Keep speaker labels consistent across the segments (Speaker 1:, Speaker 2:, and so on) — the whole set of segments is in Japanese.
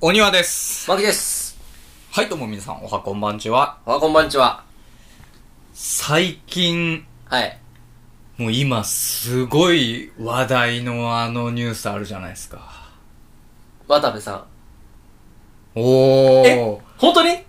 Speaker 1: お庭です。
Speaker 2: マキです。
Speaker 1: はい、どうも皆さん、おはこんばんちは。
Speaker 2: あ、こんばんちは。
Speaker 1: 最近、
Speaker 2: はい。
Speaker 1: もう今、すごい話題のあのニュースあるじゃないですか。
Speaker 2: 渡部さん。
Speaker 1: おー。
Speaker 2: 本当に
Speaker 1: 違う、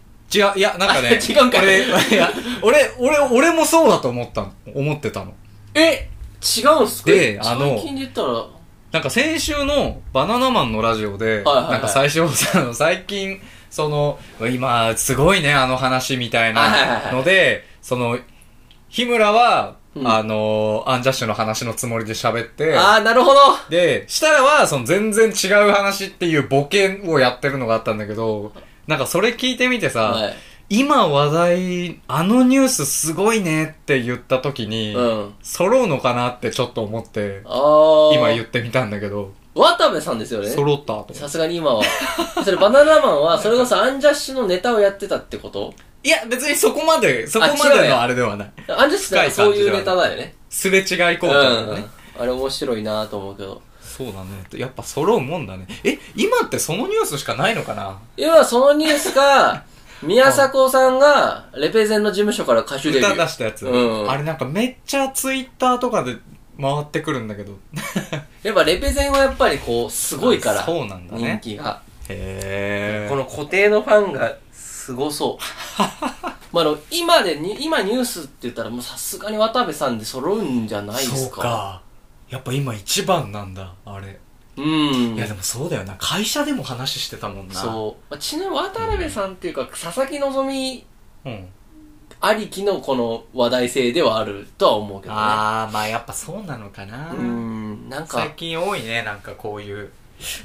Speaker 1: いや、なんかね、
Speaker 2: 違うんかい
Speaker 1: 俺、いや、俺、俺、俺もそうだと思ったの、思ってたの。
Speaker 2: え違うんすか
Speaker 1: であの
Speaker 2: 最近で言ったら、は
Speaker 1: なんか先週のバナナマンのラジオで、
Speaker 2: はいはいはい
Speaker 1: なんか最初、その最近、その、今、すごいね、あの話みたい
Speaker 2: はいはいは
Speaker 1: ないので、その、日村は、
Speaker 2: うん
Speaker 1: あの、アンジャッシュの話のつもりで喋って、
Speaker 2: あー、なるほど。
Speaker 1: で、設楽は、その全然違う話っていうボケをやってるのがあったんだけど、なんかそれ聞いてみてさ、
Speaker 2: はい。
Speaker 1: 今話題、あのニュースすごいねって言った時に、
Speaker 2: うん。
Speaker 1: 揃うのかなってちょっと思って、
Speaker 2: あー。
Speaker 1: 今言ってみたんだけど、
Speaker 2: 渡部さんですよね。
Speaker 1: 揃ったと。
Speaker 2: さすがに今は。それバナナマンは、それこそアンジャッシュのネタをやってたってこと
Speaker 1: いや、別にそこまで、そこまでのあれではない。
Speaker 2: アンジャッシュってなんかそういうネタだよね。
Speaker 1: すれ違い
Speaker 2: うん
Speaker 1: 効果だよね。
Speaker 2: あれ面白いなと思うけど。
Speaker 1: そうだね。やっぱ揃うもんだね。え、今ってそのニュースしかないのかな
Speaker 2: 要はそのニュー スが、宮迫さんが、レペゼンの事務所から歌手デビュ
Speaker 1: 歌
Speaker 2: ー。
Speaker 1: 出したやつ、
Speaker 2: うん
Speaker 1: あれなんかめっちゃツイッターとかで回ってくるんだ けど。
Speaker 2: やっぱレペゼンはやっぱりこう、すごいから。
Speaker 1: そうなんだ
Speaker 2: 人
Speaker 1: ね。
Speaker 2: 気が。
Speaker 1: へ
Speaker 2: この固定のファンがすごそう。 まあ、あの、今でに、今ニュースって言ったらもうさすがに渡部さんで揃うんじゃないですか。
Speaker 1: そう。か。やっぱ今一番なんだ、あれ。
Speaker 2: うん。
Speaker 1: いやでもそうだよな。会社でも話してたもんな。
Speaker 2: そう。まあちなみに渡辺さんっていうか、佐々木希
Speaker 1: う。うん。
Speaker 2: ありきのこの話題性ではあるとは思うけどね。
Speaker 1: あー、まあやっぱそうなのかな。
Speaker 2: うん。なん
Speaker 1: 最
Speaker 2: か、
Speaker 1: 近多いねなんかこういう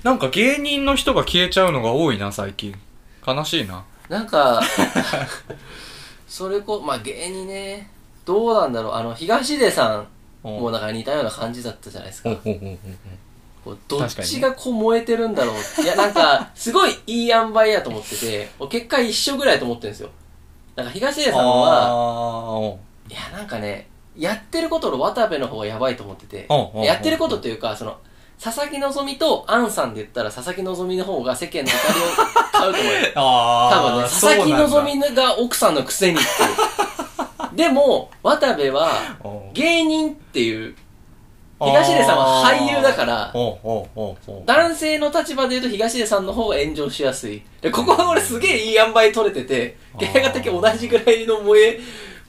Speaker 1: なんか芸人の人が消えちゃうのが多いな最近悲しいな
Speaker 2: なんか、 それこ、まあ、芸人ね、どうなんだろう。あの、東出さん
Speaker 1: お
Speaker 2: もなんか似たような感じだったじゃないですか。
Speaker 1: おお
Speaker 2: こうどっちがこう燃えてるんだろうって、いやなんかすごいいい塩梅やと思っててもう結果一緒ぐらいと思ってるんですよなんか東出さんは
Speaker 1: あ
Speaker 2: いやなんかねやってることの渡部の方がやばいと思ってて
Speaker 1: おうおうおう
Speaker 2: やってることというかその佐々木希と杏さんで言ったら佐々木希の方が世間の怒りを買うと思うよ多分 ね
Speaker 1: あ
Speaker 2: 佐々木
Speaker 1: 希
Speaker 2: 希が奥さんのくせにっていうでも渡部は芸人っていう東出さんは俳優だから
Speaker 1: おうおうおうおう
Speaker 2: 男性の立場で言うと東出さんの方が炎上しやすい。で、ここは俺すげえいい塩梅取れてて、
Speaker 1: あー
Speaker 2: 結果的に同じぐらいの萌え、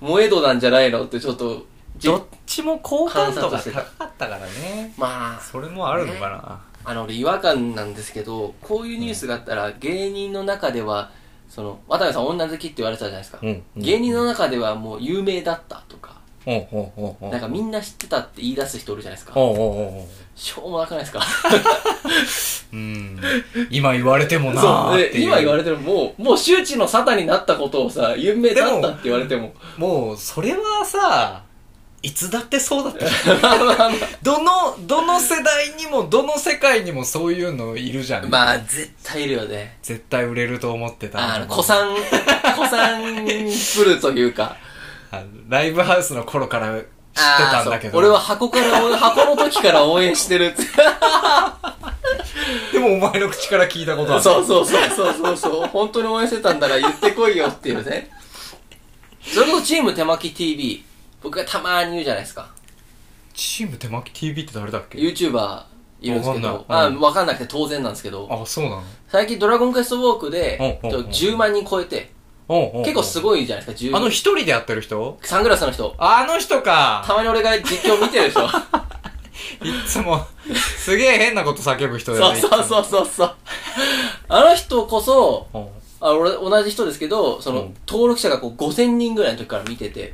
Speaker 2: 萌え度なんじゃないのってちょっと、じ
Speaker 1: どっちも好感度が
Speaker 2: 観察して
Speaker 1: 高か
Speaker 2: た
Speaker 1: ったからね
Speaker 2: まあ、
Speaker 1: それもあるのかな
Speaker 2: あの、俺違和感なんですけど、こういうニュースがあったら芸人の中では、その、渡辺さん女好きって言われてたじゃないですか。
Speaker 1: うんうん
Speaker 2: 芸人の中ではもう有名だったとか、
Speaker 1: おうおうおうおう
Speaker 2: なんかみんな知ってたって言い出す人おるじゃないですか。
Speaker 1: おうおうおうおう
Speaker 2: しょうもなくないですか。
Speaker 1: うん今言われてもな
Speaker 2: そう。
Speaker 1: ーって
Speaker 2: で
Speaker 1: いう
Speaker 2: 今言われてるもう、もう周知の沙汰になったことをさ、有名だったって言われても
Speaker 1: もうそれはさいつだってそうだった
Speaker 2: まあまあ
Speaker 1: どの、どの世代にも、どの世界にもそういうのいるじゃん。
Speaker 2: まあ、絶対いるよね。
Speaker 1: 絶対売れると思ってた。
Speaker 2: あの、子さん、子さんプルというか。
Speaker 1: あのライブハウスの頃から 知ってたんだけど。
Speaker 2: あーそう俺は。箱から応援、箱の時から応援してるって。
Speaker 1: でもお前の口から聞いたことある。
Speaker 2: そうそうそうそうそうそう。本当に応援してたんだから言ってこいよっていうね。それこそチーム手巻き TV。僕がたまに言うじゃないですか。
Speaker 1: チーム手巻き TV って誰だっけ
Speaker 2: YouTuber いるんですけど
Speaker 1: わ。かん
Speaker 2: あ
Speaker 1: ないうん
Speaker 2: わかんなくて当然なんですけど。
Speaker 1: あ、そうなの
Speaker 2: 最近ドラゴンクエストウォークで、
Speaker 1: うんうんうん
Speaker 2: 10万人超えて、
Speaker 1: おうおうおう
Speaker 2: 結構すごいじゃないですか、10
Speaker 1: あの一人でやってる人
Speaker 2: サングラスの人。
Speaker 1: あの人か。
Speaker 2: たまに俺が実況見てるでし
Speaker 1: い
Speaker 2: ょ。
Speaker 1: っつも、すげえ変なこと叫ぶ人だよ
Speaker 2: そう
Speaker 1: ね。
Speaker 2: そうそうそうそう。あの人こそ、
Speaker 1: う。おう
Speaker 2: あ俺同じ人ですけど、その、
Speaker 1: うん
Speaker 2: 登録者がこう5000人ぐらいの時から見てて、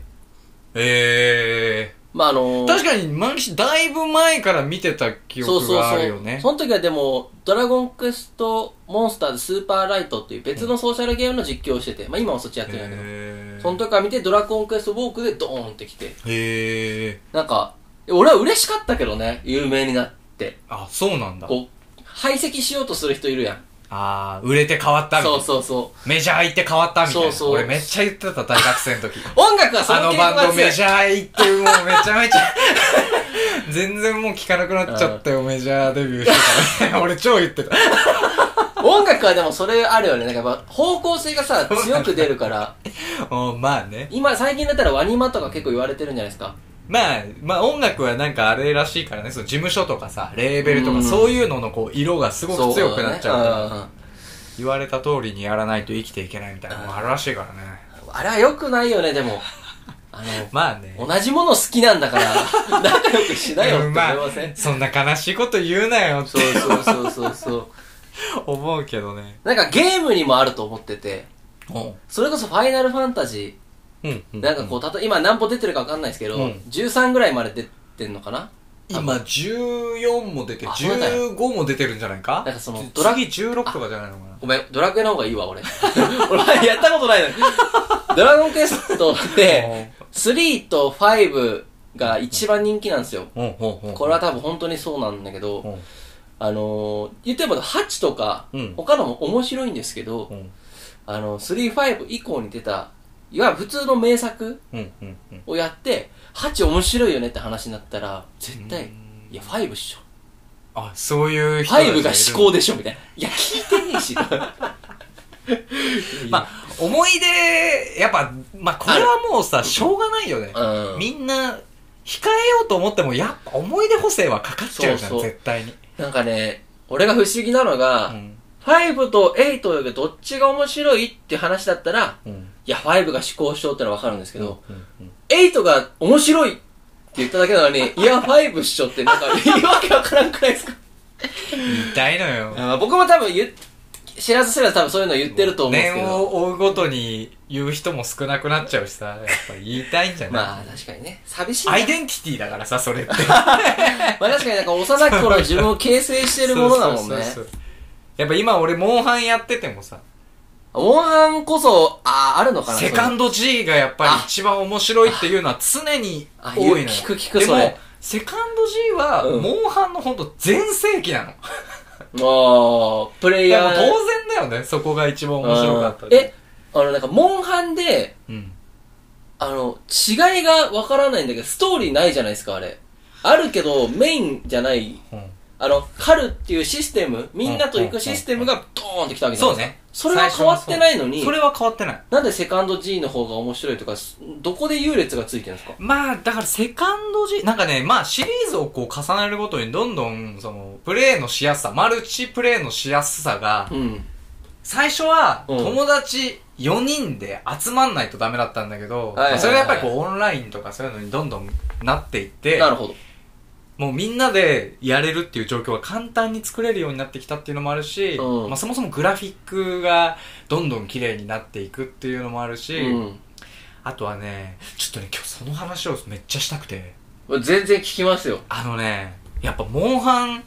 Speaker 1: ええ
Speaker 2: まああの
Speaker 1: ー。確かに、マキだいぶ前から見てた記憶があるよね。
Speaker 2: その時はでも、ドラゴンクエストモンスターズスーパーライトっていう別のソーシャルゲームの実況をしてて、まあ今もそっちやってるんだけど、
Speaker 1: へー
Speaker 2: その時から見てドラゴンクエストウォークでドーンってきて、
Speaker 1: へえ。
Speaker 2: なんか、俺は嬉しかったけどね、有名になって。
Speaker 1: あ、そうなんだ。
Speaker 2: こう、排斥しようとする人いるやん。
Speaker 1: ああ、売れて変わったみたい
Speaker 2: そ
Speaker 1: な。
Speaker 2: うそうそう。
Speaker 1: メジャー行って変わったみたいな。
Speaker 2: そうそう
Speaker 1: 俺めっちゃ言ってた、大学生の時。
Speaker 2: 音楽は そ
Speaker 1: あ
Speaker 2: の
Speaker 1: の
Speaker 2: 傾向
Speaker 1: バン
Speaker 2: が
Speaker 1: ド
Speaker 2: 強
Speaker 1: メ
Speaker 2: い
Speaker 1: ジ。ャー行ってもうめちゃめちゃ。 全然もう聞かなくなっちゃったよ、メジャーデビューしてから。俺超言ってた。
Speaker 2: 音楽はでもそれあるよね。なんかやっぱ方向性 がさ、強く出るから、
Speaker 1: おまあね。
Speaker 2: 今、最近だったらワニマとか結構言われてるんじゃないですか。
Speaker 1: まあ、まあ音楽はなんかあれらしいからね、その事務所とかさ、レーベルと
Speaker 2: う
Speaker 1: か
Speaker 2: ん
Speaker 1: そういうののこう色がすごく強くなっちゃうから、
Speaker 2: そだね
Speaker 1: 言われた通りにやらないと生きていけないみたいなのもあるらしいからね。
Speaker 2: うんうんあれは良くないよね、でも。あ
Speaker 1: まあね。
Speaker 2: の、同じもの好きなんだから、 仲良くしなよって思
Speaker 1: う
Speaker 2: い
Speaker 1: んまあ
Speaker 2: ません。
Speaker 1: そんな悲しいこと言うなよって
Speaker 2: そうそうそうそうそう。
Speaker 1: 思うけどね。
Speaker 2: なんかゲームにもあると思ってて、それこそファイナルファンタジ
Speaker 1: うん。
Speaker 2: ー、なんかこう、たと今何歩出てるかわかんないですけど、
Speaker 1: うん
Speaker 2: 13ぐらいまで出てんのかな
Speaker 1: 今14も出て、
Speaker 2: あそうだよ
Speaker 1: 15も出てるんじゃないか
Speaker 2: なんかその
Speaker 1: つ
Speaker 2: ドラ
Speaker 1: 次16とかじゃないのかな
Speaker 2: ごめん、ドラクエの方がいいわ、俺。 俺、やったことないのに。 ドラゴンクエストって、3と5が一番人気なんですよ。
Speaker 1: うんうんうん。
Speaker 2: これは多分本当にそうなんだけ
Speaker 1: う
Speaker 2: ど、
Speaker 1: ん
Speaker 2: あのー、言っても8とか
Speaker 1: うん、
Speaker 2: 他のも面白いんですけど、
Speaker 1: うん
Speaker 2: あの、3、5以降に出た、いわゆる普通の名作
Speaker 1: うんうんうん。
Speaker 2: をやって、8面白いよねって話になったら、絶対、いや、5っしょ。
Speaker 1: あ、そういう人たちいる
Speaker 2: 5が思考でしょ、みたいな。いや、 聞いてねえし。
Speaker 1: まあ、思い出、やっぱ、まあ、これはもうさ、しょうがないよね。
Speaker 2: うん
Speaker 1: みんな、控えようと思っても、やっぱ思い出補正はかかっちゃうじゃん、
Speaker 2: そうそう
Speaker 1: 絶対に。
Speaker 2: なんかね、俺が不思議なのが、
Speaker 1: うん
Speaker 2: 5と8がどっちが面白いって話だったら、
Speaker 1: うん。
Speaker 2: いや、5が思考しようってのはわかるんですけど、
Speaker 1: うんうん
Speaker 2: 8が面白いって言っただけなのに、いや、5っしょってなんか言い訳わからんくないですか
Speaker 1: 痛いのよ。
Speaker 2: まあ僕も多分言っ知らず知らず多分そういうの言ってると思うんですけ
Speaker 1: 年
Speaker 2: ど。
Speaker 1: を追うごとに言う人も少なくなっちゃうしさ、やっぱ言いたいんじゃない、
Speaker 2: まあ確かにね、寂しいな。
Speaker 1: アイデンティティだからさ、それって。
Speaker 2: まあ確かになんか幼き頃自分を形成してるものだもん
Speaker 1: そう
Speaker 2: ね
Speaker 1: そう。そうそうやっぱ今俺、モンハンやっててもさ、
Speaker 2: モンハンこそ、あ、あるのかな
Speaker 1: セカ
Speaker 2: ド。
Speaker 1: ンド G がやっぱり一番面白いっていうのは常に
Speaker 2: ああ
Speaker 1: 多いのよ。
Speaker 2: 聞く聞く
Speaker 1: でも
Speaker 2: それ、
Speaker 1: セカンド G は、
Speaker 2: うん
Speaker 1: モンハンのほんと全盛期なの。
Speaker 2: もう、プレイ
Speaker 1: いや、も
Speaker 2: ヤ
Speaker 1: う
Speaker 2: ー。
Speaker 1: 当然だよね。そこが一番面白かった。
Speaker 2: え、あの、なんか、モンハンで、
Speaker 1: うん。
Speaker 2: あの、違いがわからないんだけど、ストーリーないじゃないですか、あれ。あるけど、メインじゃない、
Speaker 1: うん
Speaker 2: あの、狩るっていうシステム、みんなと行くシステムがドーンってきたわけじゃ
Speaker 1: そ
Speaker 2: ないうですか
Speaker 1: ね。。
Speaker 2: それは変わってないのに
Speaker 1: そ、れは変わってない。
Speaker 2: なんでセカンド G の方が面白いとか、すどこで優劣がついてるんですか
Speaker 1: まあ、だからセカンド G、なんかね、まあシリーズをこう重ねるごとにどんどん、その、プレイのしやすさ、マルチプレイのしやすさが
Speaker 2: う、ん。
Speaker 1: 最初は
Speaker 2: うん
Speaker 1: 友達4人で集まんないとダメだったんだけど、
Speaker 2: はいはいはい
Speaker 1: まあそれがやっぱりこうオンラインとかそういうのにどんどんなっていって、
Speaker 2: なるほど。
Speaker 1: もうみんなでやれるっていう状況が簡単に作れるようになってきたっていうのもあるし、
Speaker 2: うん
Speaker 1: まあ、そもそもグラフィックがどんどん綺麗になっていくっていうのもあるし、
Speaker 2: う
Speaker 1: あとはねちょっとね今日その話をめっちゃしたくて
Speaker 2: ん。全然聞きますよ。
Speaker 1: あのねやっぱモンハン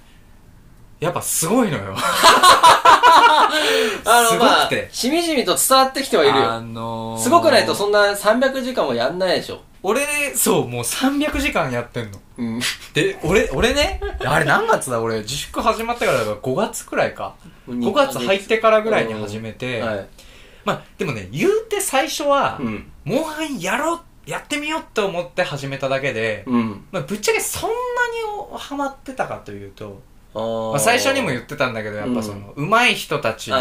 Speaker 1: やっぱすごいのよ
Speaker 2: あの、まあ
Speaker 1: すごくて、
Speaker 2: しみじみと伝わってきてはいる
Speaker 1: あ
Speaker 2: よ。
Speaker 1: のー
Speaker 2: すごくないとそんな300時間もやんないでしょ。
Speaker 1: 俺そうもう300時間やってんの
Speaker 2: うん。
Speaker 1: で、俺、俺ね、あれ何月だ俺、自粛始まってからだから5月くらいか。5月入ってからぐらいに始めて、
Speaker 2: はい。
Speaker 1: まあ、でもね、言うて最初は、
Speaker 2: うん。
Speaker 1: モンハンやろう、やってみようって思って始めただけで、
Speaker 2: うん。
Speaker 1: まあ、ぶっちゃけそんなにハマってたかというと、
Speaker 2: あ
Speaker 1: まあ、最初にも言
Speaker 2: っ
Speaker 1: ってたんだけど、やっぱその、上手い人たちの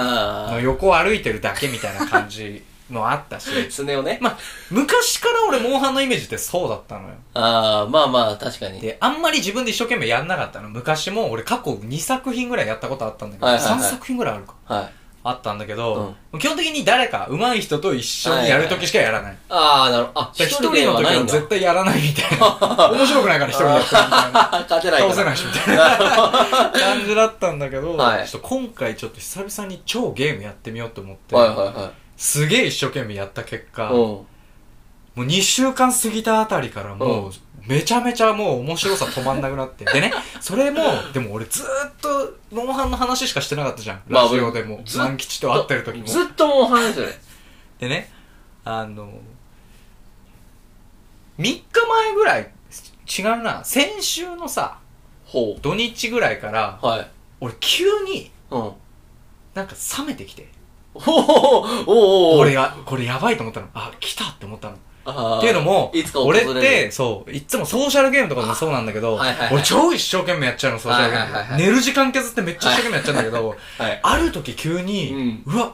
Speaker 2: あ
Speaker 1: 横を歩いてるだけみたいな感じもあったし、
Speaker 2: あ。すねをね。
Speaker 1: まあ、昔から俺、モンハンのイメージってそうだったのよ。
Speaker 2: ああ、まあまあ、確かに。
Speaker 1: で、あんまり自分で一生懸命やんなかったの。昔も俺過去2作品ぐらいやったことあったんだけど、
Speaker 2: はいはいはい
Speaker 1: 3作品ぐらいあるか。
Speaker 2: はい。
Speaker 1: あったんだけど、基本的に誰か上手い人と一緒にやるときしかやらない。
Speaker 2: ああ、なるほど。あ、
Speaker 1: だ
Speaker 2: 一
Speaker 1: から
Speaker 2: 人
Speaker 1: 一、
Speaker 2: で
Speaker 1: 人
Speaker 2: は
Speaker 1: の時
Speaker 2: ない
Speaker 1: は
Speaker 2: んだ。
Speaker 1: 絶対やらないみたいな。面白くないから一人でやってるみたいな。
Speaker 2: あ勝てないか
Speaker 1: 倒
Speaker 2: ら。
Speaker 1: せないしみたいな感じだったんだけど、
Speaker 2: はい
Speaker 1: ちょっと今回ちょっと久々に超ゲームやってみようと思って、
Speaker 2: はいは
Speaker 1: すげえ一生懸命やった結
Speaker 2: い
Speaker 1: 果、
Speaker 2: はい。
Speaker 1: も
Speaker 2: うん。
Speaker 1: う2週間過ぎたあたりからも
Speaker 2: う
Speaker 1: う、めちゃめちゃもう面白さ止まんなくなって。でね、それも、でも俺ずーっと、モンハンの話しかしてなかったじゃん。
Speaker 2: まあ
Speaker 1: ラジオでも、
Speaker 2: ずっと
Speaker 1: 万吉と会ってる時も。
Speaker 2: ずっともう話してる。
Speaker 1: でね、あの、3日前ぐらい、違うな、先週のさ、
Speaker 2: ほ
Speaker 1: 土日ぐらいから、
Speaker 2: う。はい。
Speaker 1: 俺急に
Speaker 2: うん。お
Speaker 1: なんか冷めてきて。
Speaker 2: おおおお
Speaker 1: 俺が、これやばいと思ったの。あ、来たって思ったの。
Speaker 2: っ
Speaker 1: っていうのも
Speaker 2: いつか、訪れ
Speaker 1: 俺
Speaker 2: る
Speaker 1: って、そう、いっつもソーシャルゲームとかもそうなんだけど
Speaker 2: はいはいは、い
Speaker 1: 俺超一生懸命やっちゃうの、ソーシャルゲ
Speaker 2: はいはい
Speaker 1: ー
Speaker 2: は
Speaker 1: ム。
Speaker 2: い
Speaker 1: 寝る時間削ってめっちゃ一生懸命やっちゃうんだけど、
Speaker 2: はい。
Speaker 1: ある時急に、うわ、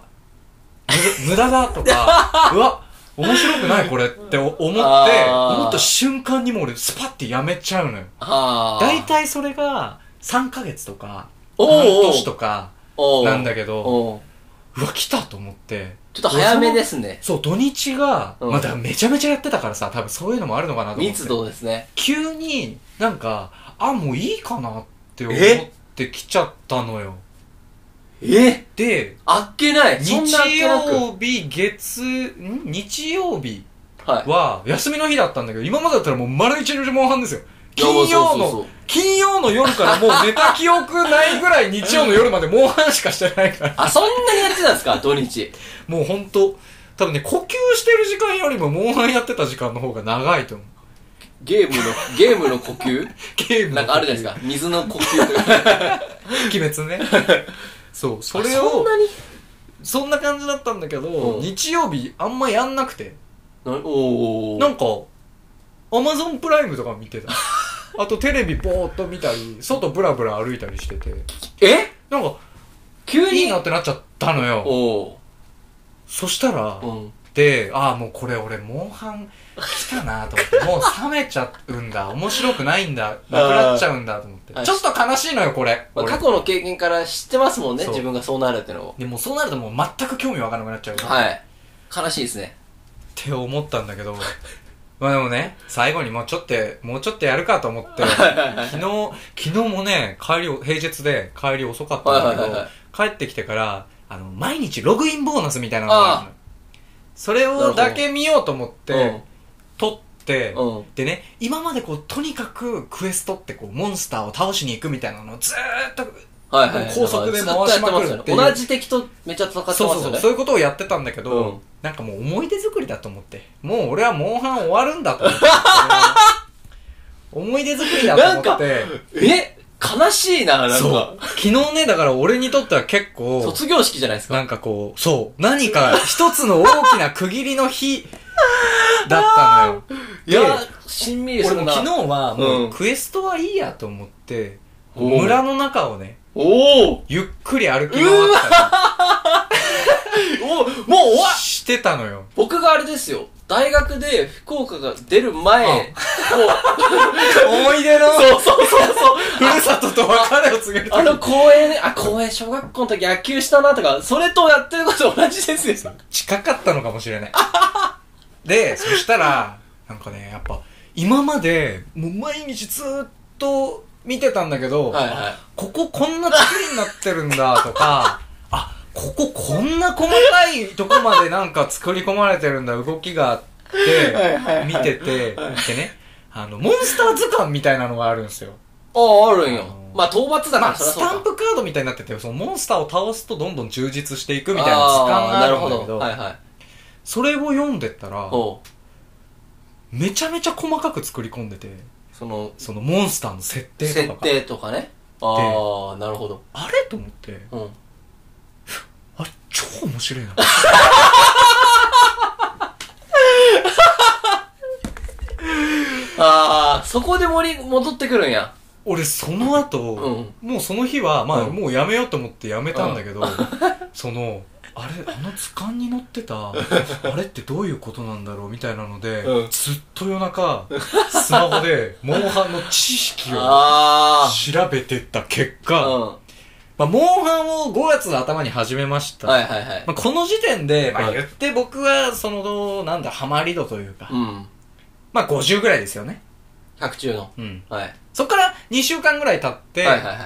Speaker 1: む無駄だと か、うわ、面白くないこれって思って、
Speaker 2: あー
Speaker 1: 思った瞬間にもう俺スパッてやめちゃうのよ。
Speaker 2: ああ。
Speaker 1: 大体それが3ヶ月とか、
Speaker 2: お
Speaker 1: 半
Speaker 2: うおう
Speaker 1: 年とか
Speaker 2: おう
Speaker 1: なんだけど、
Speaker 2: おう
Speaker 1: うわ、来たと思って。
Speaker 2: ちょっと早めですね。
Speaker 1: そう、土日が、
Speaker 2: うん
Speaker 1: まあだからめちゃめちゃやってたからさ、多分そういうのもあるのかなと思って。
Speaker 2: 密度ですね。
Speaker 1: 急になんか、あ、もういいかなって思
Speaker 2: え
Speaker 1: ってきちゃったのよ。
Speaker 2: え
Speaker 1: で、
Speaker 2: あっけないそんなあっ
Speaker 1: 日
Speaker 2: けなく。
Speaker 1: 曜日、月、ん日曜日
Speaker 2: はい。
Speaker 1: は、休みの日だったんだけど、今までだったらもう丸一日も半ですよ。金曜
Speaker 2: そうそうそ
Speaker 1: の
Speaker 2: う、
Speaker 1: 金曜の夜からもう寝た記憶ないぐらい日曜の夜までもう半しかしてないから。
Speaker 2: あ、そんなにやってたんですか土日。
Speaker 1: もうほんと、多分ね、呼吸してる時間よりももう半やってた時間の方が長いと思う。
Speaker 2: ゲームの、ゲームの呼吸
Speaker 1: ゲームの
Speaker 2: なんかあるじゃないですか。水の呼吸とか。
Speaker 1: 鬼滅ね。 そう、それ
Speaker 2: あそん
Speaker 1: を、
Speaker 2: なに
Speaker 1: そんな感じだったんだけ
Speaker 2: う
Speaker 1: ど、
Speaker 2: ん
Speaker 1: 日曜日あんまやんなくて。
Speaker 2: なおー。
Speaker 1: なんか、アマゾンプライムとか見て た。あとテレビぼーっと見たり、外ブラブラ歩いたりしてて、
Speaker 2: え
Speaker 1: なんか、
Speaker 2: 急に
Speaker 1: いいなってなっちゃったのよ。
Speaker 2: おー。
Speaker 1: そしたら
Speaker 2: う、ん。
Speaker 1: で、ああ、もうこれ俺、モンハン来たなと思 って、もう冷めちゃうんだ、面白くないんだ、なくなっちゃうんだと思って
Speaker 2: あ。ー
Speaker 1: ちょっと悲しいのよ、これ。
Speaker 2: まあ、
Speaker 1: 俺
Speaker 2: 過去の経験から知ってますもんね。
Speaker 1: そう
Speaker 2: 自分がそうなるってのを。
Speaker 1: でもうそうなるともう全く興味わからなくなっちゃうよ。っ
Speaker 2: はい。悲しいですね。
Speaker 1: て思ったんだけど、まあでもね、最後にもうちょっと、もうちょっとやるかと思 って、昨日、昨日もね、帰りを、平日で帰り遅かったんだ
Speaker 2: はいはいはい
Speaker 1: けど、帰ってきてから、あの、毎日ログインボーナスみたいなのがあるのよそれをだけ見ようと思って、撮って、
Speaker 2: うん。うん。
Speaker 1: でね、今までこう、とにかくクエストってこう、モンスターを倒しに行くみたいなのをずーっと、
Speaker 2: はいはい。
Speaker 1: 高速で回しまくるっていう
Speaker 2: ずっとやってますよね同じ敵とめっちゃ戦ってます
Speaker 1: そう
Speaker 2: よね。
Speaker 1: そうそう、そういうことをやってたんだけど、
Speaker 2: うん
Speaker 1: なんかもう思い出作りだと思って、もう俺はモンハン終わるんだと 思って、思い出作りだと思って、
Speaker 2: え悲しいな、なん
Speaker 1: そう
Speaker 2: か。。
Speaker 1: 昨日ね、だから俺にとっては結構、
Speaker 2: 卒業式じゃないですか。
Speaker 1: なんかこう、そう、何か一つの大きな区切りの日だったのよ。
Speaker 2: いや
Speaker 1: で、
Speaker 2: しんみりす
Speaker 1: 俺
Speaker 2: る
Speaker 1: も
Speaker 2: な。
Speaker 1: 昨日は、もううんクエストはいいやと思って、
Speaker 2: おう
Speaker 1: 村の中をね、
Speaker 2: おお
Speaker 1: ゆっくり歩き回った
Speaker 2: おもう終わ
Speaker 1: りしてたのよ。
Speaker 2: 僕があれですよ。大学で福岡が出る
Speaker 1: う
Speaker 2: 前、
Speaker 1: ん
Speaker 2: もう、
Speaker 1: 思い出の、
Speaker 2: そうそうそうそう。
Speaker 1: ふるさとと別れを告げる
Speaker 2: あの公園で、あ、公園、小学校の時野球したなとか、それとやってること同じですよ。
Speaker 1: 近かったのかもしれない。で、そしたら、なんかね、やっぱ、今まで、もう毎日ずーっと見てたんだけど、
Speaker 2: はいはい
Speaker 1: こここんな作りになってるんだと か、あ、こここんな細かいとこまでなんか作り込まれてるんだ、動きがあって、
Speaker 2: はいはいはい
Speaker 1: 見てて、でね、あの、モンスター図鑑みたいなのがあるんですよ。
Speaker 2: ああ、あるん
Speaker 1: あ
Speaker 2: よ
Speaker 1: の。
Speaker 2: まあ、討伐
Speaker 1: ま
Speaker 2: だから、
Speaker 1: あ、
Speaker 2: そり
Speaker 1: ス
Speaker 2: ゃそうか
Speaker 1: タンプカードみたいになってて、そのモンスターを倒すとどんどん充実していくみたいな図鑑があるんだ
Speaker 2: あーな
Speaker 1: け
Speaker 2: るほど。
Speaker 1: ど、
Speaker 2: はいはい。
Speaker 1: それを読んでったら、
Speaker 2: おう
Speaker 1: めちゃめちゃ細かく作り込んでて、
Speaker 2: その、
Speaker 1: そのモンスターの設定と
Speaker 2: 設
Speaker 1: かが。
Speaker 2: 定とかね。ああ、なるほど。
Speaker 1: あれと思って、
Speaker 2: うん。
Speaker 1: あれ、超面白いな。
Speaker 2: ああ、そこで森戻ってくるんや。
Speaker 1: 俺、その後、もうその日は、まあ、
Speaker 2: うん
Speaker 1: もうやめようと思ってやめたんだけど、 その、あれ、あの図鑑に載って た、あれってどういうことなんだろうみたいなので、
Speaker 2: うん
Speaker 1: ずっと夜中、スマホ で、モンハンの知識を
Speaker 2: あ
Speaker 1: 調べてった結
Speaker 2: あ。
Speaker 1: 果、
Speaker 2: うん。
Speaker 1: まあ、モンハンを5月の頭に始めました。
Speaker 2: はいはいはい。
Speaker 1: まあ、この時点で、ま
Speaker 2: は
Speaker 1: あ、
Speaker 2: い
Speaker 1: 言って僕は、その、なんだ、ハマり度というか、
Speaker 2: うん。
Speaker 1: まあ、50ぐらいですよね。
Speaker 2: 百中の。
Speaker 1: うん。
Speaker 2: はい。
Speaker 1: そっから2週間ぐらい経って、
Speaker 2: はいはいはい。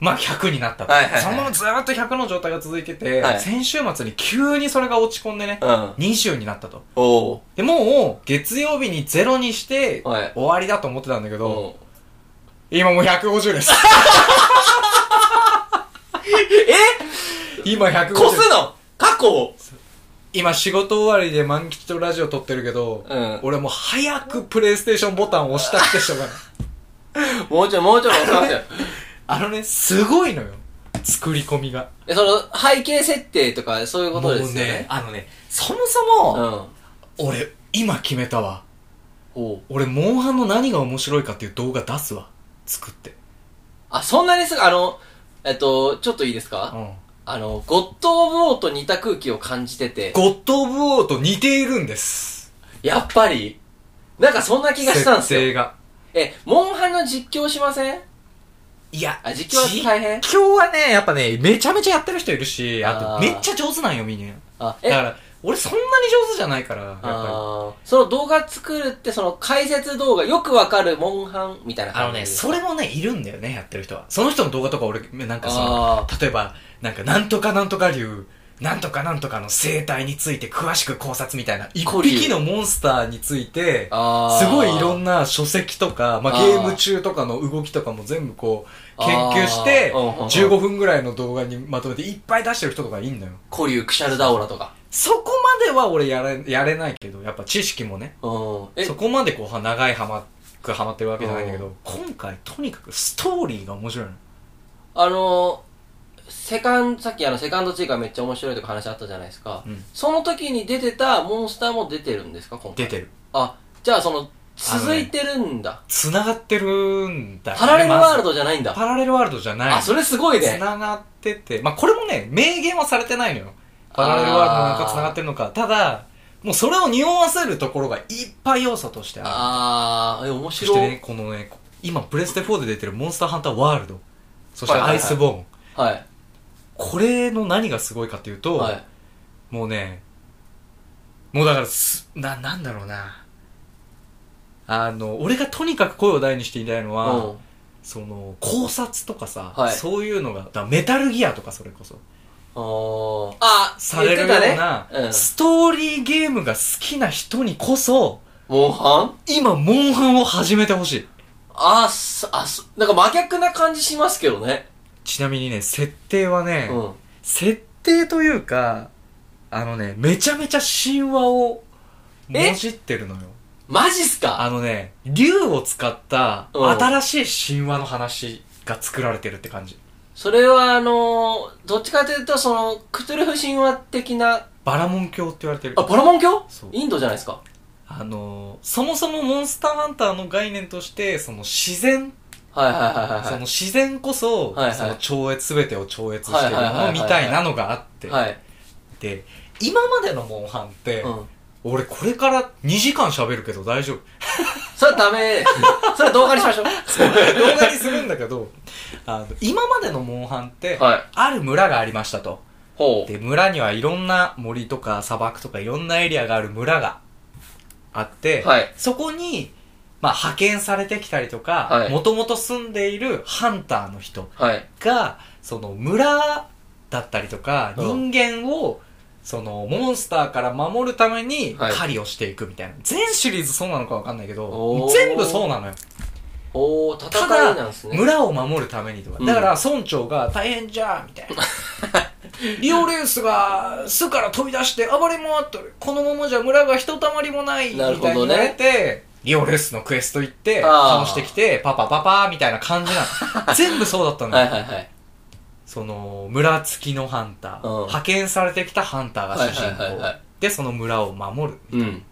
Speaker 1: まあ、100になったと。
Speaker 2: はいはいはい
Speaker 1: そのままずーっと100の状態が続いてて、
Speaker 2: はい
Speaker 1: 先週末に急にそれが落ち込んでね、
Speaker 2: うん。
Speaker 1: 20になったと。
Speaker 2: おお。
Speaker 1: で、もう、月曜日に0にして、
Speaker 2: はい
Speaker 1: 終わりだと思ってたんだけど、
Speaker 2: うん
Speaker 1: 今もう150です。
Speaker 2: え
Speaker 1: 今150です。
Speaker 2: こすの過去を
Speaker 1: 今仕事終わりで満吉とラジオ撮ってるけど、
Speaker 2: うん
Speaker 1: 俺もう早くプレイステーションボタンを押したくてしょう がない。
Speaker 2: もうちょいもうちょい押 しますよ。
Speaker 1: あのね、すごいのよ。作り込みが。
Speaker 2: え、その、背景設定とか、そういうことですよね。
Speaker 1: あのね、そもそ
Speaker 2: うん。
Speaker 1: も、
Speaker 2: は
Speaker 1: 俺、今決めたわ。
Speaker 2: おう
Speaker 1: 俺、モンハンの何が面白いかっていう動画出すわ。作って。
Speaker 2: あ、そんなにすぐ、あの、えっと、ちょっといいです
Speaker 1: う
Speaker 2: か
Speaker 1: ん。
Speaker 2: あの、ゴッド・オブ・オーと似た空気を感じてて、
Speaker 1: ゴッド・オブ・オーと似ているんです。
Speaker 2: やっぱり、なんかそんな気がしたんですよ。
Speaker 1: 設定が。
Speaker 2: え、モンハンの実況しません
Speaker 1: いや、
Speaker 2: あ、実況は大変
Speaker 1: 実況はね、やっぱね、めちゃめちゃやってる人いるし、あ
Speaker 2: あ
Speaker 1: と、
Speaker 2: ー
Speaker 1: めっちゃ上手なんよ、みんな。
Speaker 2: あ、
Speaker 1: だ
Speaker 2: え、
Speaker 1: から、俺そんなに上手じゃないから、やっぱ
Speaker 2: あーその動画作るって、その解説動画、よくわかるモンハンみたいな
Speaker 1: り。あ
Speaker 2: 感
Speaker 1: の
Speaker 2: じ
Speaker 1: ね、それもね、いるんだよね、やってる人は。その人の動画とか俺、なんかその
Speaker 2: あ、
Speaker 1: 例えば、なんか、なんとかなんとか流、なんとかなんとかの生態について詳しく考察みたいな、一
Speaker 2: 古流
Speaker 1: 匹のモンスターについて、
Speaker 2: あ
Speaker 1: すごいいろ
Speaker 2: なん
Speaker 1: な書籍とか、まあ、
Speaker 2: あ
Speaker 1: ゲ
Speaker 2: ー
Speaker 1: ーム中とかの動きとかも全部こう、研究して、
Speaker 2: あーうんうんうん
Speaker 1: 15分ぐらいの動画にまとめていっぱい出してる人とかいいんだよ。
Speaker 2: 古流クシャルダオラとか。
Speaker 1: そこまでは俺やれ、やれないけど、やっぱ知識もね、
Speaker 2: うん。え
Speaker 1: そ、こまでこう、は長いハマ、くハマってるわけじゃないんだけど、今回とにかくストーリーが面白いの。
Speaker 2: あのー、セカン、さっきあの、セカンドチーがめっちゃ面白いとか話あったじゃないですか。
Speaker 1: うん
Speaker 2: その時に出てたモンスターも出てるんですか、今回。
Speaker 1: 出てる。
Speaker 2: あ、じゃあその、続いてるんだ。
Speaker 1: 繋がってるんだよね
Speaker 2: パラレルワール
Speaker 1: ま
Speaker 2: ドじゃないん
Speaker 1: ず
Speaker 2: だ。
Speaker 1: パラレルワールドじゃない。
Speaker 2: あ、それすごいね。
Speaker 1: 繋がってて、まあ、これもね、明言はされてないのよ。パラレルワールドなのか繋がってるのか。ただ、もうそれを匂わせるところがいっぱい要素としてある。
Speaker 2: あー、え、
Speaker 1: そ
Speaker 2: 面
Speaker 1: して
Speaker 2: 白い。
Speaker 1: ね、このね、今プレステ4で出てるモンスターハンターワールド。そして
Speaker 2: はいは
Speaker 1: ア
Speaker 2: いはい
Speaker 1: イスボーン。
Speaker 2: はい。
Speaker 1: これの何がすごいかっていうと、
Speaker 2: はい。
Speaker 1: もうね、もうだからす、な、なんだろうな。あの、俺がとにかく声を大にして言いたいのは、
Speaker 2: うん。
Speaker 1: その、考察とかさ、
Speaker 2: はい
Speaker 1: そういうのが、だからメタルギアとかそれこそ、
Speaker 2: あーあ、
Speaker 1: されるよう
Speaker 2: 言って
Speaker 1: な、
Speaker 2: たね、うん。
Speaker 1: ストーリーゲームが好きな人にこそ、
Speaker 2: モンハン
Speaker 1: 今、モンハンを始めてほしい。
Speaker 2: あー、すあ、すなんか真逆な感じしますけどね。
Speaker 1: ちなみにね、設定はね、
Speaker 2: うん。
Speaker 1: 設定というか、あのね、めちゃめちゃ神話を、
Speaker 2: え
Speaker 1: もじってるのよ。
Speaker 2: マジっすか
Speaker 1: あのね、竜を使った、
Speaker 2: うん
Speaker 1: 新しい神話の話が作られてるって感じ。
Speaker 2: それはあのー、どっちかというと、その、クトゥルフ神話的な、
Speaker 1: バラモン教って言われてる。
Speaker 2: あ、バラモン教
Speaker 1: そう
Speaker 2: インドじゃないですか。
Speaker 1: あのーそもそもモンスターハンターの概念として、その自然、
Speaker 2: はいはいはいはい
Speaker 1: そ
Speaker 2: は
Speaker 1: の自然こそ、
Speaker 2: はいはい
Speaker 1: その超越、すべてを超越してる
Speaker 2: はいはいはい
Speaker 1: も
Speaker 2: は
Speaker 1: の
Speaker 2: い
Speaker 1: みたいなのがあって、
Speaker 2: い。はい。
Speaker 1: で、今までのモンハンって、
Speaker 2: うん。
Speaker 1: 俺これから2時間喋るけど大丈夫。
Speaker 2: それは ダメ。それは動画にしましょう。
Speaker 1: 動画にするんだけど、 あの、今までのモンハンって、
Speaker 2: はい。
Speaker 1: ある村がありましたと。
Speaker 2: ほう。
Speaker 1: で、村にはいろんな森とか砂漠とかいろんなエリアがある村があって、
Speaker 2: はい
Speaker 1: そこに、まあ、派遣されてきたりとか
Speaker 2: は、い
Speaker 1: もともと住んでいるハンターの人
Speaker 2: はい。
Speaker 1: が、その村だったりとか、
Speaker 2: うん
Speaker 1: 人間を、そのモンスターから守るために
Speaker 2: はい
Speaker 1: 狩りをしていくみたいな。全シリーズそうなのかわかんないけど
Speaker 2: お、ー
Speaker 1: 全部そうなのよ。
Speaker 2: おー、
Speaker 1: た
Speaker 2: 戦いなん
Speaker 1: だ
Speaker 2: です、ね。
Speaker 1: 村を守るためにとか。
Speaker 2: うん
Speaker 1: だから、村長が大変じゃ、みたい な。リオレースが巣から飛び出して暴れ回っとる。このままじゃ村がひとたまりもない、みた
Speaker 2: ないる
Speaker 1: に
Speaker 2: ほどね
Speaker 1: 言われて、リオレースのクエスト行って、
Speaker 2: あ
Speaker 1: 倒
Speaker 2: ー
Speaker 1: してきて、パパパパーみたいな感じな の。全部そうだったの
Speaker 2: はい
Speaker 1: よ。
Speaker 2: はいはい。
Speaker 1: その、村付きのハンター、
Speaker 2: うん
Speaker 1: 派遣されてきたハンターが主人
Speaker 2: はいはいはいは
Speaker 1: 公
Speaker 2: い。
Speaker 1: で、その村を守る。
Speaker 2: うん。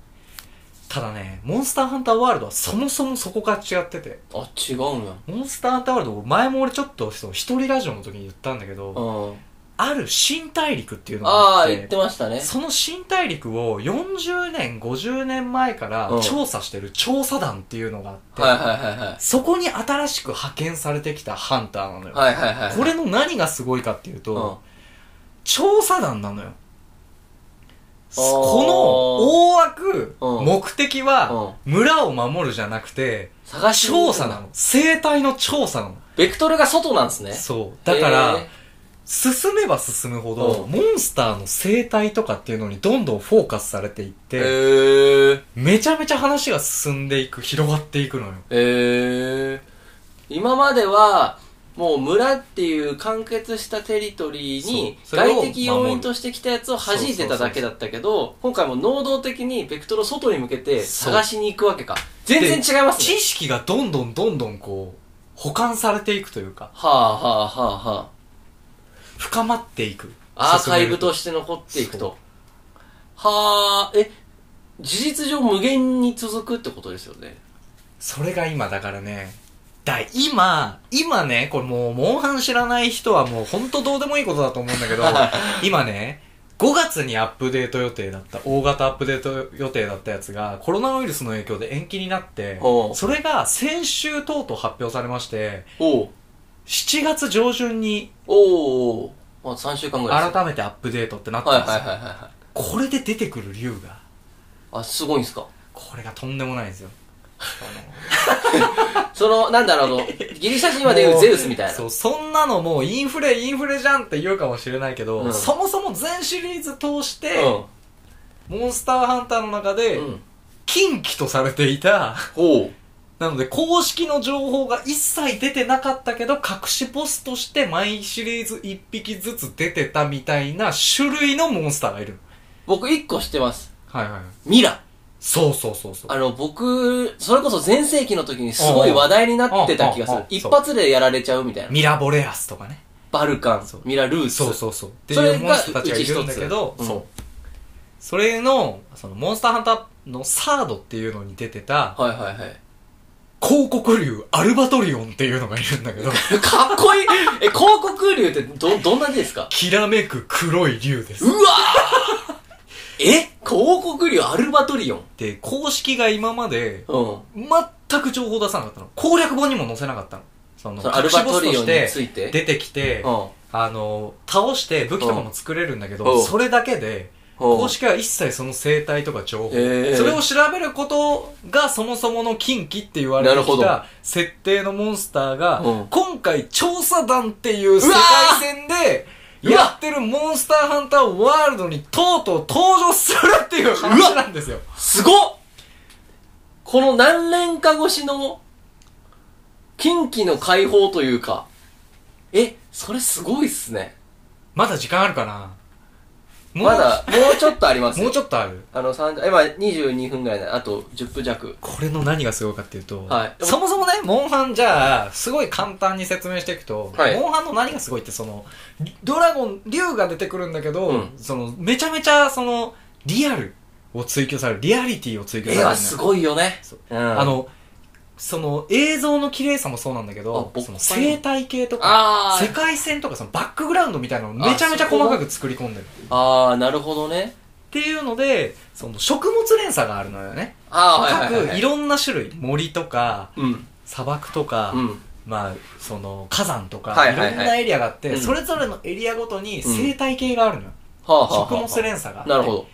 Speaker 1: ただね、モンスターハンターワールドはそもそもそこが違ってて。
Speaker 2: あ、違うんや。
Speaker 1: モンスターハンターワールド、前も俺ちょっと、その一人ラジオの時に言ったんだけど、
Speaker 2: うん。
Speaker 1: ある新大陸っていうのが
Speaker 2: あ
Speaker 1: あっ
Speaker 2: ー、
Speaker 1: て、
Speaker 2: 言ってましたね。
Speaker 1: その新大陸を40年、50年前から
Speaker 2: うん
Speaker 1: 調査してる調査団っていうのがあって、
Speaker 2: はいはいはいはい。
Speaker 1: そこに新しく派遣されてきたハンターなのよ。
Speaker 2: はいはいはい。
Speaker 1: これの何がすごいかっていうと、
Speaker 2: うん。
Speaker 1: 調査団なのよ。
Speaker 2: あー
Speaker 1: この大枠、
Speaker 2: うん
Speaker 1: 目的は、村を守るじゃなくて、
Speaker 2: 探し
Speaker 1: 調査なの。生態の調査なの。
Speaker 2: ベクトルが外なんですね。
Speaker 1: そう。だから、
Speaker 2: え
Speaker 1: 進めば進むほど、
Speaker 2: うん
Speaker 1: モンスターの生態とかっていうのにどんどんフォーカスされていって、
Speaker 2: ー。へー。
Speaker 1: めちゃめちゃ話が進んでいく、広がっていくのよ。
Speaker 2: へえ今まではもう村っていう完結したテリトリーに
Speaker 1: そうそれを
Speaker 2: 外的要因としてきたやつを弾いてただけだったけど今回も能動的にベクトルを外に向けて
Speaker 1: そう
Speaker 2: 探しに行くわけか全然違います
Speaker 1: 知
Speaker 2: ね
Speaker 1: 識がどんどんどんどんこう、保管されていくというか、
Speaker 2: はあはあはあは
Speaker 1: 深まっていく。
Speaker 2: あアーカイブ
Speaker 1: 進める
Speaker 2: として残っていくとはあえ事実上無限に続くってことですよね。
Speaker 1: それが今だからね。だ、今、今ね、これもう、モンハン知らない人はもう、ほんとどうでもいいことだと思うんだけ ど、今ね、5月にアップデート予定だった、大型アップデート予定だったやつが、コロナウイルスの影響で延期になって
Speaker 2: お、う
Speaker 1: それが先週とうとう発表されまして、
Speaker 2: おう
Speaker 1: 7月上旬に
Speaker 2: おうおうまあ3週間ぐらいですね
Speaker 1: 改めてアップデートってなっ
Speaker 2: はい
Speaker 1: たんです
Speaker 2: はい
Speaker 1: よ。
Speaker 2: はいはいはい。
Speaker 1: これで出てくる竜が、
Speaker 2: あ、すごいんすか。
Speaker 1: これがとんでもないんですよ。
Speaker 2: その、なんだろ う、あの、ギリシャ神話でいうゼウスみたいな。
Speaker 1: そう、そんなのもうインフレ、インフレじゃんって言うかもしれないけど、
Speaker 2: うん
Speaker 1: そもそも全シリーズ通して、
Speaker 2: うん。
Speaker 1: モンスターハンターの中で、
Speaker 2: うん。
Speaker 1: 近畿とされていた、
Speaker 2: ほう。
Speaker 1: なので公式の情報が一切出てなかったけど、隠しボスとして毎シリーズ1匹ずつ出てたみたいな種類のモンスターがいる。
Speaker 2: 僕一個知ってます。
Speaker 1: はいはい。
Speaker 2: ミラ。
Speaker 1: そうそうそうそう。
Speaker 2: あの、僕、それこそ前世紀の時にすごい話題になってた気がす
Speaker 1: うんうん
Speaker 2: る
Speaker 1: うん。
Speaker 2: 一発でやられちゃうみたいな。
Speaker 1: ミラボレアスとかね。
Speaker 2: バルカン、ミラ・ルース。
Speaker 1: そうそうそう。って
Speaker 2: そ
Speaker 1: い
Speaker 2: れ
Speaker 1: う
Speaker 2: が
Speaker 1: モンスターたちがいるんだけど
Speaker 2: う、ち一つ
Speaker 1: そう。それの、そのモンスターハンターのサードっていうのに出てた、
Speaker 2: はいはいはい。
Speaker 1: 広告竜アルバトリオンっていうのがいるんだけど、
Speaker 2: かっこいい え、広告流ってど、どんな字ですか
Speaker 1: きらめく黒い竜です
Speaker 2: う。わ ーえ広告流アルバトリオン
Speaker 1: で、公式が今まで
Speaker 2: うん。
Speaker 1: 全く情報出さなかったの。攻略本にも載せなかったの。その、
Speaker 2: そのアルバトリオンに
Speaker 1: 隠しボスと
Speaker 2: ついて。
Speaker 1: 出てきて
Speaker 2: う、ん。
Speaker 1: あの、倒して武器とかも作れるんだけ
Speaker 2: う
Speaker 1: ど、
Speaker 2: ん
Speaker 1: それだけで、公式は一切その生態とか情報、
Speaker 2: えー
Speaker 1: それを調べることがそもそもの禁忌って言われて
Speaker 2: なるほ
Speaker 1: き
Speaker 2: ど
Speaker 1: た設定のモンスターが、
Speaker 2: うん
Speaker 1: 今回調査団っていう世界戦で
Speaker 2: うわー
Speaker 1: やってるモンスターハンターワールドにとうとう登場するっていう話なんですよ。
Speaker 2: すごっこの何年か越しの、近畿の解放というか、え、それすごいっすね。
Speaker 1: まだ時間あるかなもう
Speaker 2: まだ、もうちょっとありますよ
Speaker 1: もうちょっとある
Speaker 2: あの、三今22分ぐらいで、あと10分弱。
Speaker 1: これの何がすごいかっていうと、
Speaker 2: はい
Speaker 1: そもそもね、モンハンじゃあ、すごい簡単に説明していくと、
Speaker 2: はい
Speaker 1: モンハンの何がすごいって、その、ドラゴン、竜が出てくるんだけど、
Speaker 2: うん
Speaker 1: その、めちゃめちゃ、その、リアルを追求される、リアリティを追求され
Speaker 2: 絵
Speaker 1: るの
Speaker 2: は
Speaker 1: よ。
Speaker 2: すごいよね
Speaker 1: そう。
Speaker 2: うん。
Speaker 1: あ、の、その、映像の綺麗さもそうなんだけ
Speaker 2: あ
Speaker 1: ど、
Speaker 2: 僕
Speaker 1: その生態系とか、
Speaker 2: あ
Speaker 1: 世
Speaker 2: ー、
Speaker 1: 界線とか、そのバックグラウンドみたいなのをめちゃめちゃ細かく作り込んでる。
Speaker 2: あー、なるほどね。
Speaker 1: っていうので、その、食物連鎖があるのよね。
Speaker 2: あー、はいはい、は
Speaker 1: 各、
Speaker 2: い。
Speaker 1: いろんな種類、森とか、
Speaker 2: うん。
Speaker 1: 砂漠とか、
Speaker 2: うん。
Speaker 1: まあ、その火山とか、
Speaker 2: はいいはいはい
Speaker 1: ろんなエリアがあって、
Speaker 2: うん
Speaker 1: それぞれのエリアごとに生態系があるのよ、
Speaker 2: はあ、はあはあ
Speaker 1: 食物連鎖があって
Speaker 2: なるほど。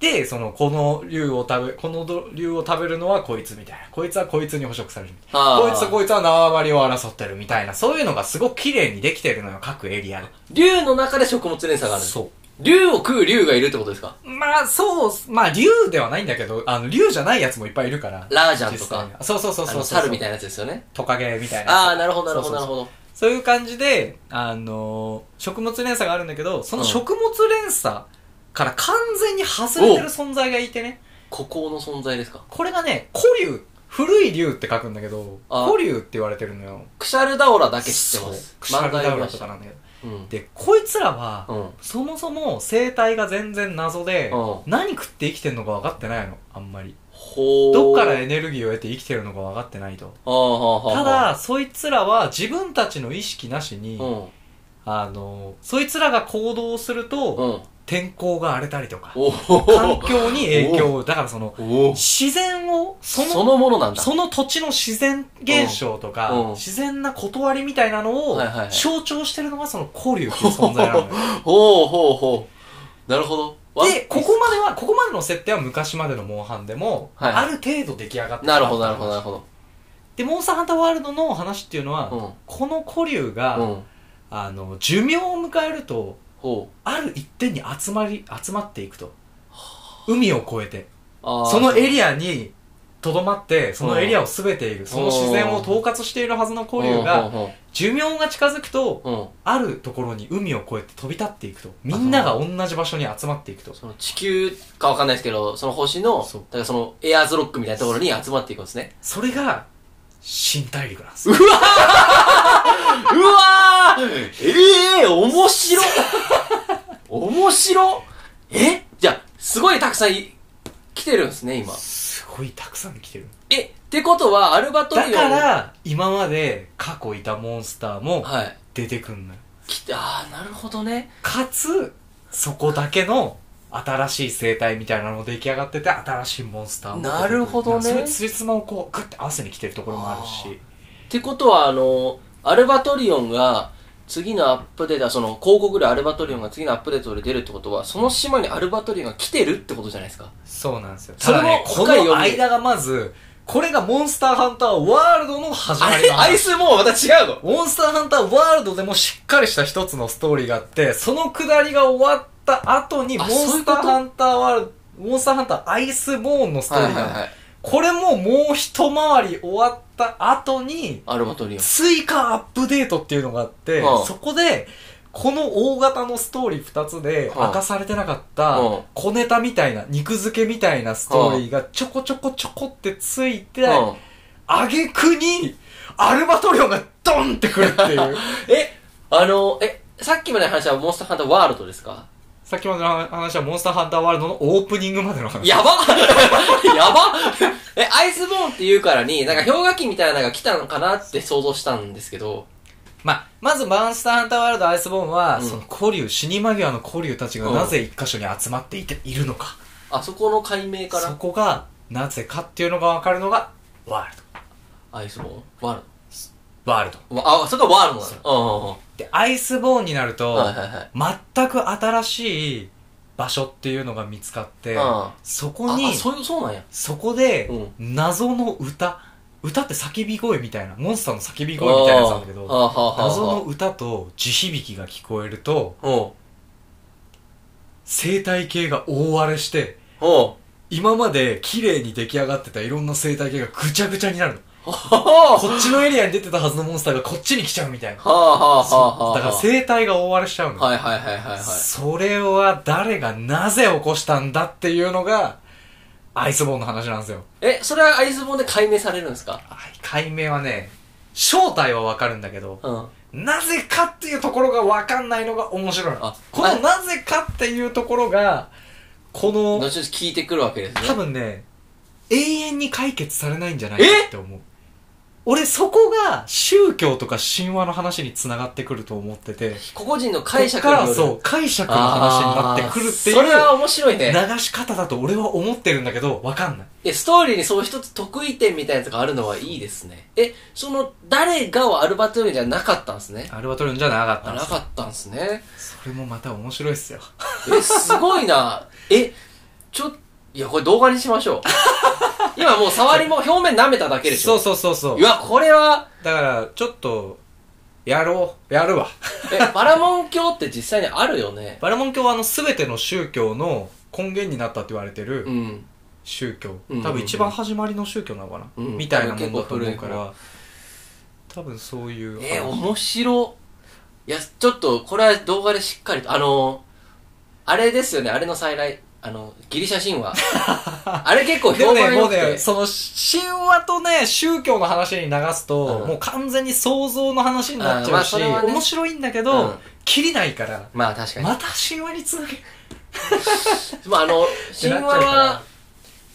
Speaker 1: でそのこの竜を食べこのど竜を食べるのはこいつみたいなこいつはこいつに捕食されるみたいな
Speaker 2: あー
Speaker 1: こいつとこいつは縄張りを争ってるみたいなそういうのがすごく綺麗にできてるのよ各エリアが
Speaker 2: 竜の中で食物連鎖がある。
Speaker 1: そ
Speaker 2: 竜を食う竜がいるってことですか
Speaker 1: うまあそうまあ竜ではないんだけどあの竜じゃないやつもいっぱいいるから
Speaker 2: ラージャンと
Speaker 1: 実
Speaker 2: か
Speaker 1: 際にそうそうそう
Speaker 2: あ
Speaker 1: そう
Speaker 2: の、
Speaker 1: そう
Speaker 2: 猿みたいなやつですよね。
Speaker 1: トカゲみたいなやつ
Speaker 2: ああ、なるほど、なる
Speaker 1: そ
Speaker 2: ほど、
Speaker 1: うそうそ
Speaker 2: なる
Speaker 1: う
Speaker 2: ほど。
Speaker 1: そういう感じで、あのー食物連鎖があるんだけど、その食物連鎖から完全に外れてる存在がいてね、
Speaker 2: 孤高の存在ですか。
Speaker 1: これがね、古竜、古い竜って書くんだけど、
Speaker 2: あ
Speaker 1: 古竜って言われてるのよ。
Speaker 2: クシャルダオラだけ知ってま
Speaker 1: そ
Speaker 2: す
Speaker 1: う。クシャ
Speaker 2: 漫
Speaker 1: ル
Speaker 2: 画
Speaker 1: ダ
Speaker 2: 読
Speaker 1: ウ
Speaker 2: み
Speaker 1: ラ
Speaker 2: まし
Speaker 1: とか
Speaker 2: た。
Speaker 1: なんだけど。
Speaker 2: うん。うん。
Speaker 1: で、こいつらは、
Speaker 2: うん。
Speaker 1: そもそも生態が全然謎で、何食って生きてるのか分かってないの、あんまり。
Speaker 2: ほー。
Speaker 1: どっから
Speaker 2: あ
Speaker 1: エネルギーを得て生きてるのか分かってないと。
Speaker 2: あ、はあ、はあ。
Speaker 1: た、だ、そいつらは自分たちの意識なしに、
Speaker 2: うん。
Speaker 1: あのーそいつらが行動すると、
Speaker 2: うん。
Speaker 1: 天候が荒れたりとか、
Speaker 2: お
Speaker 1: 環
Speaker 2: お。
Speaker 1: 境に影響を、だからその、
Speaker 2: おー
Speaker 1: 自然を、そ
Speaker 2: そ
Speaker 1: の、
Speaker 2: のものなんだ。
Speaker 1: その土地の自然現象とか
Speaker 2: うんうん、
Speaker 1: 自然な断りみたいなのを
Speaker 2: はいはいはい
Speaker 1: 象徴してるのがその古竜っていう存在なのよ。
Speaker 2: ほうほうほう。なるほど。 わ
Speaker 1: で、ここまでは、ここまでの設定は昔までのモンハンでも、
Speaker 2: はい
Speaker 1: ある程度出来上がってた
Speaker 2: なるほど、なるほど、なるほ
Speaker 1: で、モンスターハンターワールドの話っていうの
Speaker 2: う
Speaker 1: は
Speaker 2: ん、
Speaker 1: この古竜
Speaker 2: ど。
Speaker 1: が、
Speaker 2: うん。
Speaker 1: あの、寿命を迎えると、
Speaker 2: ほう。
Speaker 1: ある一点に集まり、集まっていくと。海を越えて。
Speaker 2: ああ。
Speaker 1: そのエ
Speaker 2: ア。
Speaker 1: リアにとどまってそのエリアを全ているその自然を統括しているはずの
Speaker 2: う
Speaker 1: 交
Speaker 2: ん
Speaker 1: 流が
Speaker 2: うん
Speaker 1: 寿命が近づくと
Speaker 2: うん。うん
Speaker 1: あるところに海を越えて飛び立っていくとみんなが同じ場所に集まっていくと
Speaker 2: その地球かわかんないですけど、その星の、だ
Speaker 1: そう
Speaker 2: からそのエアーズロックみたいなところに集まっていくんですね。
Speaker 1: それが新大陸なんですよ
Speaker 2: うわーええー、面白面白えじゃあ、すごいたくさんいきてるんですね、今。
Speaker 1: すごいたくさん来てる。
Speaker 2: え、ってことは、アルバトリオ
Speaker 1: だ
Speaker 2: ン。
Speaker 1: から、今まで過去いたモンスターも
Speaker 2: はい。
Speaker 1: 出てくんのよ。
Speaker 2: きああ、なるほどね。
Speaker 1: かつ、そこだけの新しい生態みたいなのも出来上がってて、新しいモンスターも出てく
Speaker 2: なるほどね
Speaker 1: それつりつまをこう、グッて合わせに来てるところもあるし。
Speaker 2: ってことは、あの、アルバトリオンが、次のアップデート、その広告でアルバトリオンが次のアップデートで出るってことは、その島にアルバトリオンが来てるってことじゃないですか。
Speaker 1: そうなんですよ。
Speaker 2: そ
Speaker 1: た
Speaker 2: れ
Speaker 1: だ
Speaker 2: も
Speaker 1: ね、こ
Speaker 2: 深い読み
Speaker 1: の間がまず、これがモンスターハンターワールドの始ま
Speaker 2: あ
Speaker 1: り
Speaker 2: れ、
Speaker 1: なん
Speaker 2: アイスもうまた違うの
Speaker 1: モンスターハンターワールドでもしっかりした一つのストーリーがあって、そのくだりが終わった後に、モ
Speaker 2: あ
Speaker 1: ンスターハンターワールド、モンスターハンターアイスボーンのストーリーがある、
Speaker 2: い。
Speaker 1: これももう一回り終わった後に、
Speaker 2: アルバトリオン。
Speaker 1: 追加アップデートっていうのがあって、
Speaker 2: はあ
Speaker 1: そこで、この大型のストーリー2つで
Speaker 2: はあ
Speaker 1: 明かされてなかった
Speaker 2: はあ
Speaker 1: 小ネタみたいな肉付けみたいなストーリーがちょこちょこちょこってついて、
Speaker 2: うん
Speaker 1: あげくに、アルバトリオンがドンってくるって いう。
Speaker 2: え、あの、え、さっきまでの話はモンスターハンターワールドですか
Speaker 1: さっきまでの話はモンスターハンターワールドのオープニングまでの話。
Speaker 2: やば やばえ、アイスボーンって言うからに、なんか氷河期みたいなのが来たのかなって想像したんですけど、
Speaker 1: まあ、まずモンスターハンターワールドアイスボーンは、
Speaker 2: うん
Speaker 1: その古竜、死に間際の古竜たちが
Speaker 2: うん
Speaker 1: なぜ一箇所に集まっていているのか。
Speaker 2: あそこの解明か
Speaker 1: そ
Speaker 2: ら
Speaker 1: こが、なぜかっていうのがわかるのが、ワール
Speaker 2: アイスボーンワール
Speaker 1: ド。ワールド。
Speaker 2: ド。わあ、そこはワールドなの
Speaker 1: で、アイスボーンになると、
Speaker 2: うんうんうん。はいはいはい。
Speaker 1: 全く新しい場所っていうのが見つかって、
Speaker 2: うん
Speaker 1: そこ
Speaker 2: あ、
Speaker 1: に
Speaker 2: あ、そういう、そうなんや。
Speaker 1: そこで
Speaker 2: うん、
Speaker 1: 謎の歌、歌って叫び声みたいな、モンスターの叫び声みたいなやつなんだけど、
Speaker 2: ああはあはあ
Speaker 1: 謎の歌と地響きが聞こえると
Speaker 2: おう
Speaker 1: 生態系が大荒れして
Speaker 2: おう
Speaker 1: 今まで綺麗に出来上がってたいろんな生態系がぐちゃぐちゃになるの
Speaker 2: は
Speaker 1: こっちのエリアに出てたはずのモンスターがこっちに来ちゃうみたいな
Speaker 2: あはあはあはあ
Speaker 1: そうだから生態が大荒れしちゃうの、
Speaker 2: はいはいはいはいはい。
Speaker 1: それは誰がなぜ起こしたんだっていうのがアイスボーンの話なんですよ
Speaker 2: え、それはアイスボーンで解明されるんですか
Speaker 1: あ解明はね正体はわかるんだけど
Speaker 2: うん。
Speaker 1: なぜかっていうところがわかんないのが面白いの
Speaker 2: あ
Speaker 1: この
Speaker 2: あ
Speaker 1: なぜかっていうところがこの
Speaker 2: 後々聞いてくるわけですね。
Speaker 1: 多分ね、永遠に解決されないんじゃないかって思う。俺そこが宗教とか神話の話に繋がってくると思ってて、
Speaker 2: 個々人の解釈
Speaker 1: こ
Speaker 2: に
Speaker 1: っ
Speaker 2: よ
Speaker 1: から
Speaker 2: る
Speaker 1: そう、解釈の話になってくるってい
Speaker 2: あーそれは
Speaker 1: う
Speaker 2: 面白いね。
Speaker 1: 流し方だと俺は思ってるんだけど、わかんない。
Speaker 2: え、ストーリーにそう一つ得意点みたいなやつがあるのはいいですね。え、その、誰がはアルバトリオンじゃなかったんですね。
Speaker 1: アルバトリオンじゃなかった
Speaker 2: あ、
Speaker 1: んで
Speaker 2: な
Speaker 1: す
Speaker 2: かったんですね。
Speaker 1: それもまた面白いっすよ。
Speaker 2: え、すごいな。え、ちょ、いや、これ動画にしましょう。今もう触 りも表面舐めただけでし
Speaker 1: そ
Speaker 2: ょ。
Speaker 1: うそうそうそう
Speaker 2: い。や、これは、
Speaker 1: だから、ちょっと、やろう。やるわ。
Speaker 2: え、バラモン教って実際にあるよね。
Speaker 1: バラモン教はあの全ての宗教の根源になったって言われてる、
Speaker 2: うん。
Speaker 1: 宗教
Speaker 2: うん
Speaker 1: 多分一番始まりの宗教なのかな、
Speaker 2: うん
Speaker 1: みたいなもんだと思う
Speaker 2: 結構
Speaker 1: か
Speaker 2: 古い
Speaker 1: ら多分そういう
Speaker 2: えー、
Speaker 1: あの
Speaker 2: 面白。いや、ちょっと、これは動画でしっかりと、あのー、あれですよね、あれの再来、あの、ギリシャ神 話。あれ結構
Speaker 1: でも
Speaker 2: 評
Speaker 1: ね
Speaker 2: 判
Speaker 1: も
Speaker 2: 良
Speaker 1: う
Speaker 2: くて。
Speaker 1: ねその神話とね宗教の話に流すと、
Speaker 2: うん
Speaker 1: もう完全に想像の話になっちゃうし、
Speaker 2: あーまあそれはね
Speaker 1: 面白いんだけど、
Speaker 2: うん
Speaker 1: 切りないから
Speaker 2: まあ確かに。ま
Speaker 1: また神話につなげなっ
Speaker 2: ああの、神話
Speaker 1: ちゃうから
Speaker 2: は、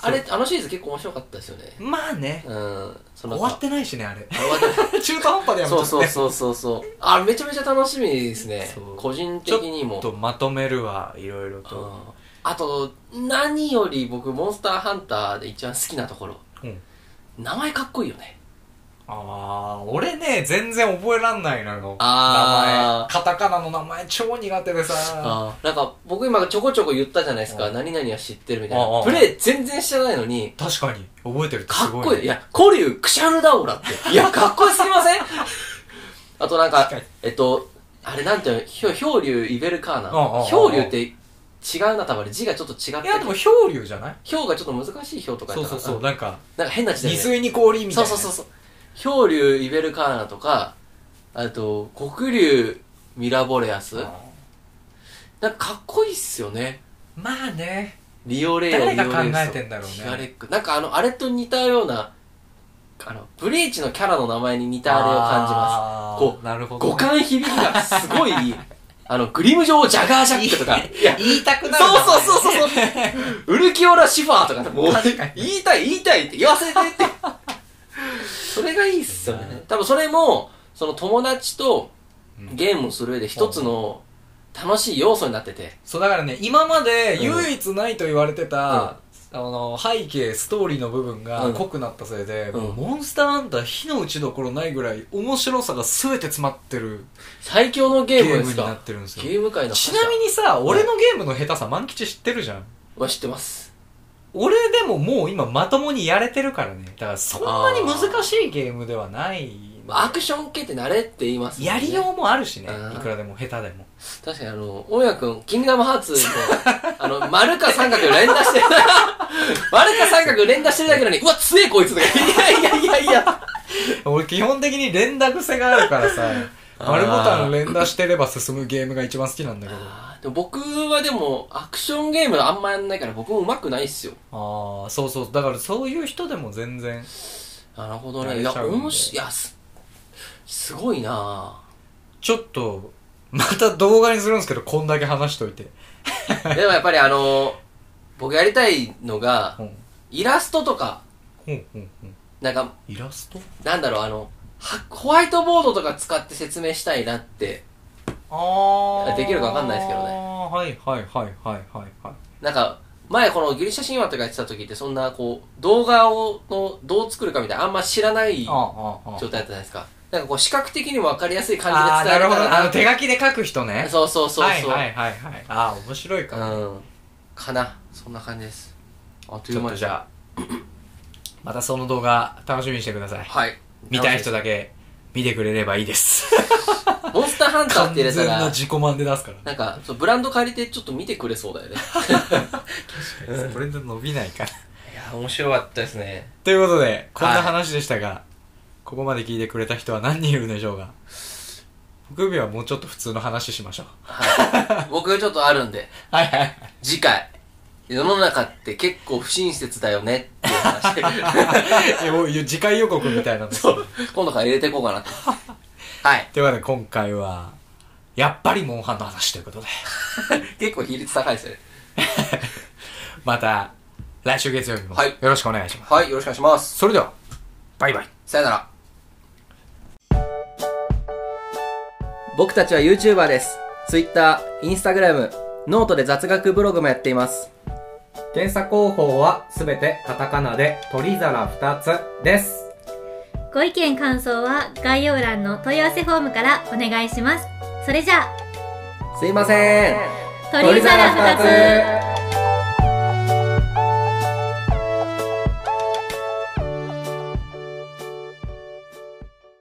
Speaker 2: あれ
Speaker 1: そ、
Speaker 2: あのシリーズ結構面白かったですよね。
Speaker 1: まあね
Speaker 2: うん。そ
Speaker 1: 終
Speaker 2: の
Speaker 1: わってないしねあれ
Speaker 2: 終わってない
Speaker 1: 中途半端でやめちゃっ
Speaker 2: そ
Speaker 1: て
Speaker 2: うそうそうそうそう。あ、めちゃめちゃ楽しみですね
Speaker 1: そう。
Speaker 2: 個人
Speaker 1: ちょ
Speaker 2: 的にも
Speaker 1: っ。とまとめるわいろいろと、
Speaker 2: うんあと、何より僕、モンスターハンターで一番好きなところ。
Speaker 1: うん
Speaker 2: 名前かっこいいよね。
Speaker 1: ああ、俺ね、全然覚えらんないのよ。名
Speaker 2: あ
Speaker 1: 前。カタカナの名前超苦手でさ。
Speaker 2: あーなんか僕今ちょこちょこ言ったじゃないですか、何々は知ってるみたい
Speaker 1: うんうんう
Speaker 2: なんプレイ全然知らないのに
Speaker 1: 確かに、覚えてるって
Speaker 2: か
Speaker 1: す
Speaker 2: っ
Speaker 1: ごい、ね。
Speaker 2: こいいいやコリュクシャルダオ ラっていやかっこよすぎません あとなんか
Speaker 1: 確かに
Speaker 2: えっとあれなんていうのひょ漂流イベルカーナ
Speaker 1: うんうんうんうん
Speaker 2: 漂流って違うな多分あれ字がちょっと違って
Speaker 1: いや、でも漂流じゃない
Speaker 2: 氷がちょっと難しい氷とか
Speaker 1: そ
Speaker 2: や
Speaker 1: う
Speaker 2: った
Speaker 1: そ
Speaker 2: か
Speaker 1: うそ
Speaker 2: な
Speaker 1: う。なんか、
Speaker 2: なんか変な字だ
Speaker 1: 二
Speaker 2: よね
Speaker 1: 水に氷みた
Speaker 2: そ
Speaker 1: いうな。
Speaker 2: そうそう
Speaker 1: う。
Speaker 2: そう漂流イベルカーナとかあと黒竜ミラボレアスなんかかっこいいっすよね
Speaker 1: まあね。
Speaker 2: リオレイ
Speaker 1: 誰が
Speaker 2: リオ
Speaker 1: 考
Speaker 2: レイソ
Speaker 1: えてんだろうね
Speaker 2: ヒガレックなんかあのあれと似たようなあのブリーチのキャラの名前に似たあれを感じます
Speaker 1: あー
Speaker 2: こ
Speaker 1: なる
Speaker 2: う
Speaker 1: ほど、
Speaker 2: 五感響きがすごいいいあの、グリム女王ジャガージャックとか、いや、
Speaker 1: 言いたくなるな
Speaker 2: そうそうそうそうそう。ウルキオラシファーとか、もう
Speaker 1: 確かに、
Speaker 2: 言いたい言いたいって言わせてって。それがいいっすよね。多分それも、その友達と
Speaker 1: うん
Speaker 2: ゲームをする上で一つの楽しい要素になってて。
Speaker 1: そうだからね今まで唯一ないと言われてた、あの背景ストーリーの部分が
Speaker 2: うん
Speaker 1: 濃くなったせいで、
Speaker 2: うん
Speaker 1: もうモンスターハンター火の打ちどころないぐらい面白さが全て詰まってる
Speaker 2: 最強のゲ
Speaker 1: ゲ
Speaker 2: ーム
Speaker 1: ー
Speaker 2: で
Speaker 1: ム
Speaker 2: す
Speaker 1: になっ
Speaker 2: か
Speaker 1: てるんです
Speaker 2: ゲ
Speaker 1: よ
Speaker 2: ーム界の
Speaker 1: ちなみ
Speaker 2: に
Speaker 1: にさ俺のゲームの下手さ万吉知ってるじゃん
Speaker 2: は知ってます。
Speaker 1: 俺でももう今まともにやれてるからねだからそんなに難しいゲームではない
Speaker 2: アクション系って慣れって言いますもんね
Speaker 1: やりようもあるしね
Speaker 2: うん
Speaker 1: いくらでも下手でも
Speaker 2: 確かにあの、大家くん、キングダムハーツの、あの、丸か三角連打して る。丸か三角連打してるだけなのに、うわ、強えこいつとか。いやいやいやいや。
Speaker 1: 俺基本的に連打癖があるからさ
Speaker 2: あー
Speaker 1: 丸ボタンを連打してれば進むゲームが一番好きなんだけどあ
Speaker 2: でも僕はでも、アクションゲームあんまやんないから僕も上手くないっすよ。
Speaker 1: あそうそうだからそういう人でも全然
Speaker 2: なるほどね。い
Speaker 1: 慣れ
Speaker 2: や、
Speaker 1: ちゃうんで
Speaker 2: 面白い。いや、す、すごいな
Speaker 1: ちょっとまた動画にするんですけどこんだけ話しといて、
Speaker 2: ぁでもやっぱりあの、僕やりたいのが
Speaker 1: う、ん
Speaker 2: イラストとか、
Speaker 1: うんうんうん、
Speaker 2: なんか、
Speaker 1: イラスト
Speaker 2: なんだろう、あの、はホワイトボードとか使って説明したいなって、
Speaker 1: あ
Speaker 2: ーできるかわかんないですけどね
Speaker 1: はいはいはいはいはいはい
Speaker 2: なんか、前このギリシャ神話とかやってた時ってそんなこう、動画を、の、どう作るかみたいなあんま知らない
Speaker 1: あ
Speaker 2: 状
Speaker 1: ああああ
Speaker 2: 態だったじゃないですか。なんかこう、視覚的にもわかりやすい感
Speaker 1: あー
Speaker 2: じで
Speaker 1: な
Speaker 2: 伝え
Speaker 1: る
Speaker 2: ら
Speaker 1: ほ
Speaker 2: れた
Speaker 1: ど
Speaker 2: ら
Speaker 1: あの手書きで書く人ね
Speaker 2: そうそうそうそう。
Speaker 1: はいはいはいはいああ面白いかも、
Speaker 2: うん。かな。そんな感じです。あっとい
Speaker 1: ちょっ
Speaker 2: う間
Speaker 1: と
Speaker 2: に
Speaker 1: じゃあまたその動画楽しみにしてください
Speaker 2: はい。
Speaker 1: 見たい人だけ見てくれればいいです。
Speaker 2: モンスターハンターっ
Speaker 1: 完
Speaker 2: て
Speaker 1: 全
Speaker 2: 入れた
Speaker 1: な
Speaker 2: ら、
Speaker 1: 自己満で出すから
Speaker 2: なんか、そうブランド借りてちょっと見てくれそうだよね。
Speaker 1: ね。これで伸 びないから。
Speaker 2: いや、面白かったですね。
Speaker 1: ということで、こんな話でしたが、ここまで聞いてくれた人は何人いるんでしょうか北部はもうちょっと普通の話しましょう。
Speaker 2: はい。僕ちょっとあるんで、
Speaker 1: はいはいはい。
Speaker 2: 次回。世の中って結構不親切だよねっていう話で
Speaker 1: いやもう次回予告みたいなの。という
Speaker 2: 今度から入れていこうかなと。 はい。
Speaker 1: ことで、今回は、やっぱりモンハンの話ということで、
Speaker 2: 結構比率高いですね。
Speaker 1: また来週月曜日も
Speaker 2: はい
Speaker 1: よろしくお願いします。
Speaker 2: はい、よろしくお願いします。
Speaker 1: それでは、バイバイ。
Speaker 2: さよなら。僕たちは YouTuber です。Twitter、Instagram、ノートで雑学ブログもやっています。
Speaker 1: 検査方法はすべてカタカナで鳥皿2つです。
Speaker 3: ご意見感想は概要欄の問い合わせフォームからお願いします。それじゃあ、
Speaker 2: すいません。
Speaker 3: 鳥皿2つ